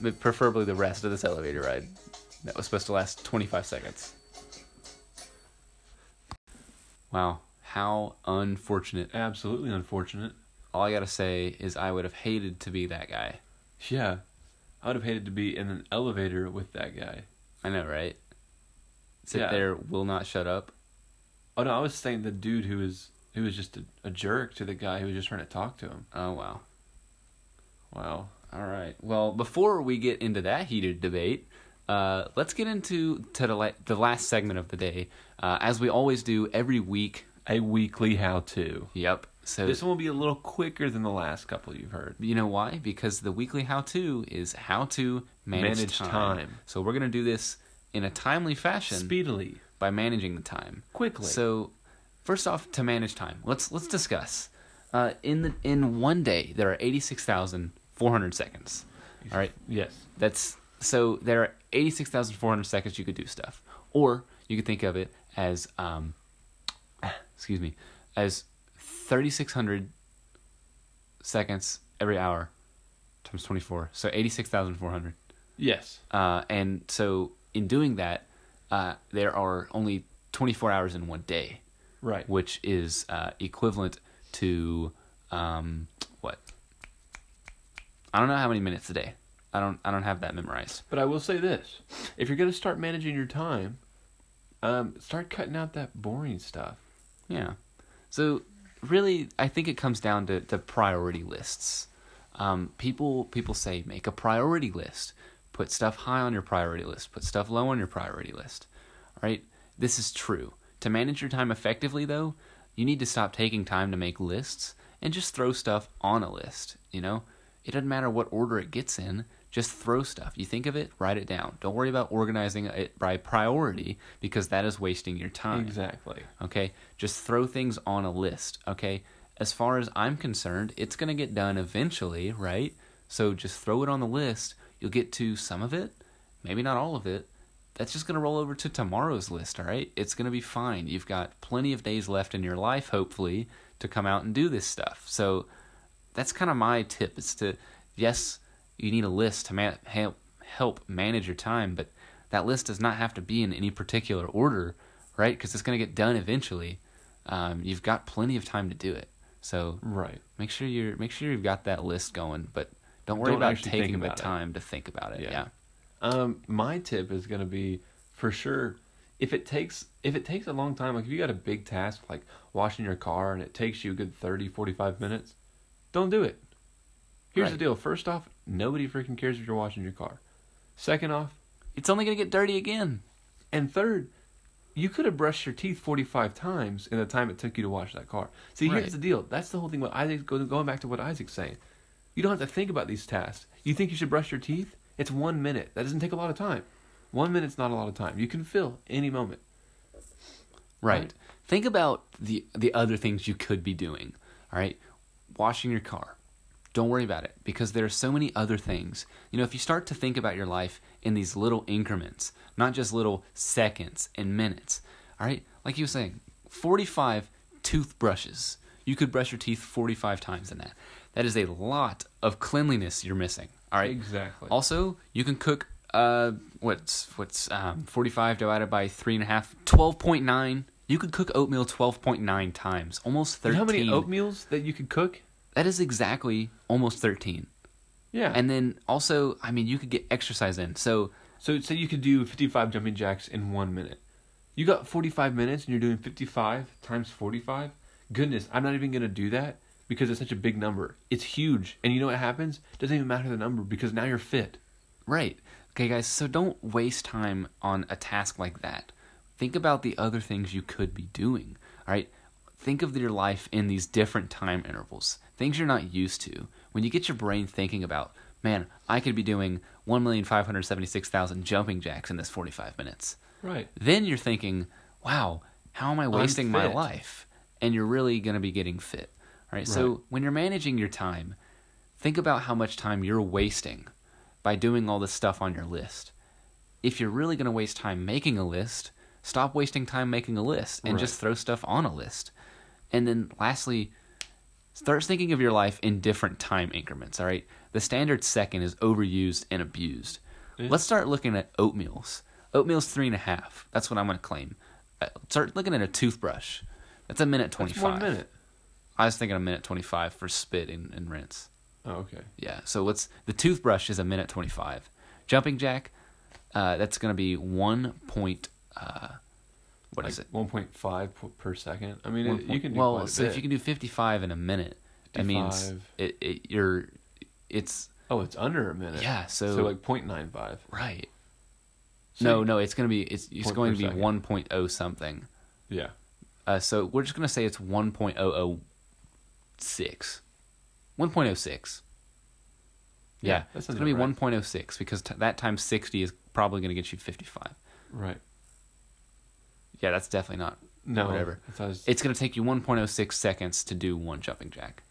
But preferably the rest of this elevator ride. That was supposed to last 25 seconds. Wow. How unfortunate. Absolutely unfortunate. All I gotta say is I would have hated to be that guy. Yeah, I would have hated to be in an elevator with that guy. I know, right? Sit Yeah. there, will not shut up. Oh no, I was saying the dude who was who was just a, a jerk to the guy who was just trying to talk to him. Oh, wow. Wow. All right. Well, before we get into that heated debate, uh, let's get into to the, la- the last segment of the day, uh, as we always do every week. A weekly how to. Yep. So This one will be a little quicker than the last couple you've heard. you know why? Because the weekly how to is how to manage, Manage time. time. So we're gonna do this in a timely fashion Speedily, by managing the time. quickly. So, first off, to manage time, let's let's discuss. Uh, in the in one day, there are eighty six thousand four hundred seconds. All right. yes. That's so there are 86,400 seconds you could do stuff. Or you could think of it as um [COUGHS] excuse me, as 3600 seconds every hour times 24. So 86,400. Yes. Uh and so in doing that, uh there are only 24 hours in one day, Right. which is uh equivalent to um what? I don't know how many minutes a day. I don't I don't have that memorized. But I will say this: if you're going to start managing your time, um, start cutting out that boring stuff. Yeah. So really, I think it comes down to, to priority lists. Um, people people say make a priority list. Put stuff high on your priority list. Put stuff low on your priority list. All right. This is true. To manage your time effectively, though, you need to stop taking time to make lists and just throw stuff on a list. You know, it doesn't matter what order it gets in. Just throw stuff. You think of it, write it down. Don't worry about organizing it by priority because that is wasting your time. Exactly. Okay? Just throw things on a list. Okay? As far as I'm concerned, it's going to get done eventually, right? So just throw it on the list. You'll get to some of it, maybe not all of it. That's just going to roll over to tomorrow's list, all right? It's going to be fine. You've got plenty of days left in your life, hopefully, to come out and do this stuff. So that's kind of my tip is to, yes, you need a list to ma- help, help manage your time, but that list does not have to be in any particular order, right? Because it's going to get done eventually. Um, you've got plenty of time to do it. So Right. make sure you're make sure you've got that list going, but don't worry Don't about actually think taking about the it. time to think about it. Yeah. yeah. Um, my tip is gonna be for sure if it takes if it takes a long time, like if you got a big task like washing your car and it takes you a good 30, 45 minutes, don't do it. Here's the Right. deal. First off, nobody freaking cares if you're washing your car. Second off, It's only going to get dirty again. and third, you could have brushed your teeth 45 times in the time it took you to wash that car. See, Right. here's the deal. That's the whole thing. What Isaac go- going back to what Isaac's saying, you don't have to think about these tasks. You think you should brush your teeth? It's one minute. That doesn't take a lot of time. One minute's not a lot of time. You can fill any moment. Right. Right. Think about the the other things you could be doing. All right. Washing your car. Don't worry about it because there are so many other things. You know, if you start to think about your life in these little increments, not just little seconds and minutes. All right? Like you were saying, 45 toothbrushes. You could brush your teeth 45 times in that. That is a lot of cleanliness you're missing. All right? Exactly. Also, you can cook uh what's what's um 45 divided by three and a half 12.9 you could cook oatmeal 12.9 times almost 13 You know how many oatmeals that you could cook? that is exactly almost 13 Yeah. And and then also i mean you could get exercise in so so say you could do 55 jumping jacks in one minute. You got 45 minutes and you're doing 55 times 45. Goodness, I'm not even going to do that because it's such a big number. It's huge. And you know what happens? Doesn't even matter the number because now you're fit. Right. Okay, guys, so don't waste time on a task like that. Think about the other things you could be doing. All right. Think of your life in these different time intervals, things you're not used to. When you get your brain thinking about, man, I could be doing 1,576,000 jumping jacks in this 45 minutes, Right. then you're thinking, wow, how am I wasting my fit. life? And you're really going to be getting fit. All right. So Right. when you're managing your time, think about how much time you're wasting by doing all this stuff on your list. If you're really going to waste time making a list, stop wasting time making a list and Right. just throw stuff on a list. And then lastly, start thinking of your life in different time increments, all right? The standard second is overused and abused. Yeah. Let's start looking at oatmeals. Oatmeal's three and a half. That's what I'm going to claim. Uh, Start looking at a toothbrush. That's a minute That's 25. one minute. I was thinking a minute 25 for spit and, and rinse. Oh, okay. Yeah. So let's the toothbrush is a minute twenty five. Jumping jack, uh, that's gonna be one point. Uh, what is it? One point five p- per second. I mean, One it, you point- can do well, quite a so if bit. you can do fifty five in a minute, that means 55. it, it you're it's oh, it's under a minute. Yeah, so- so like 0.95. right. So no, you- no, it's gonna be it's it's Point going per to be second. one point oh something. Yeah. Uh, so we're just gonna say it's one point oh oh six. One point oh six. Yeah, Yeah, that it's sounds gonna be about right. one point oh six because t- that times sixty is probably gonna get you fifty five. Right. Yeah, that's definitely not. No. Whatever. I thought it was- It's going to take you 1.06 seconds to do one jumping jack.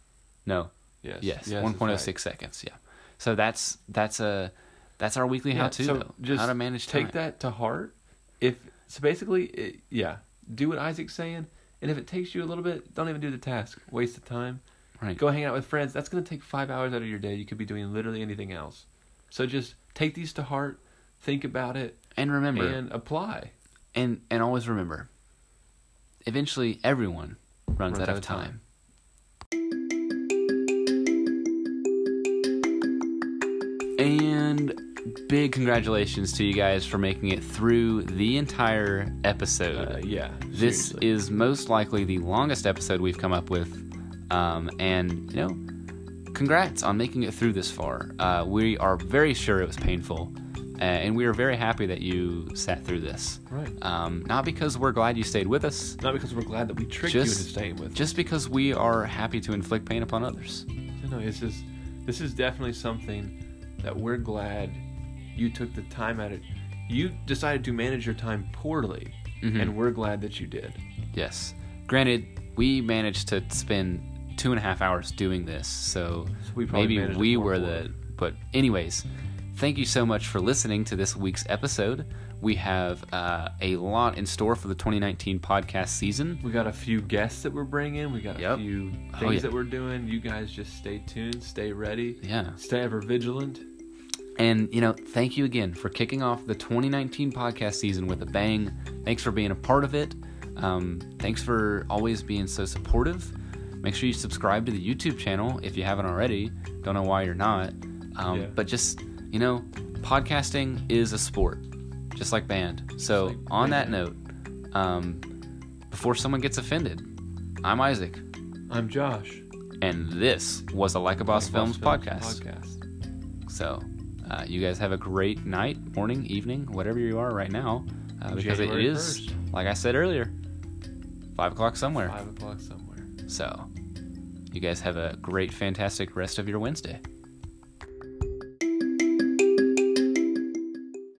No. yes. Yes. it's 1.06 right. seconds. Yeah. So that's that's a that's our weekly Yeah, how to so though. Just how to manage time. Take that to heart. If so, basically, it, yeah, do what Isaac's saying. And if it takes you a little bit, don't even do the task. Waste of time. Right. Go hang out with friends. That's going to take five hours out of your day. You could be doing literally anything else. So just take these to heart. Think about it And remember and, and apply. and always remember eventually everyone runs, out, of time. And big congratulations to you guys for making it through the entire episode. Uh, yeah. This seriously. is most likely the longest episode we've come up with. Um, and, you know, congrats on making it through this far. Uh, we are very sure it was painful. uh, And we are very happy that you sat through this. right. Um, not because we're glad you stayed with us, Not because we're glad that we tricked you into just- staying with. just because we are happy to inflict pain upon others. No, this is this is definitely something that we're glad you took the time out of you decided to manage your time poorly Mhm. and we're glad that you did Yes. Granted, we managed to spend two and a half hours doing this, so, So we probably maybe managed it we more were poorly. the. But, anyways, thank you so much for listening to this week's episode. We have uh, a lot in store for the 2019 podcast season. we got a few guests that we're bringing we got a Yep. Oh, few things yeah. that we're doing you guys just stay tuned stay ready Yeah. stay ever vigilant And, you know, thank you again for kicking off the 2019 podcast season with a bang. Thanks for being a part of it. Um, thanks for always being so supportive. Make sure you subscribe to the YouTube channel if you haven't already. Don't know why you're not. Um, Yeah. But just, you know, podcasting is a sport, just like band. So, Just like on that band. note, um, before someone gets offended, I'm Isaac, i'm josh and this was a Like a Boss, Films, podcast. podcast So, uh, you guys have a great night, morning, evening, whatever you are right now, uh, because January it is, 1st. like I said earlier, five o'clock somewhere. five o'clock somewhere So, you guys have a great, fantastic rest of your Wednesday.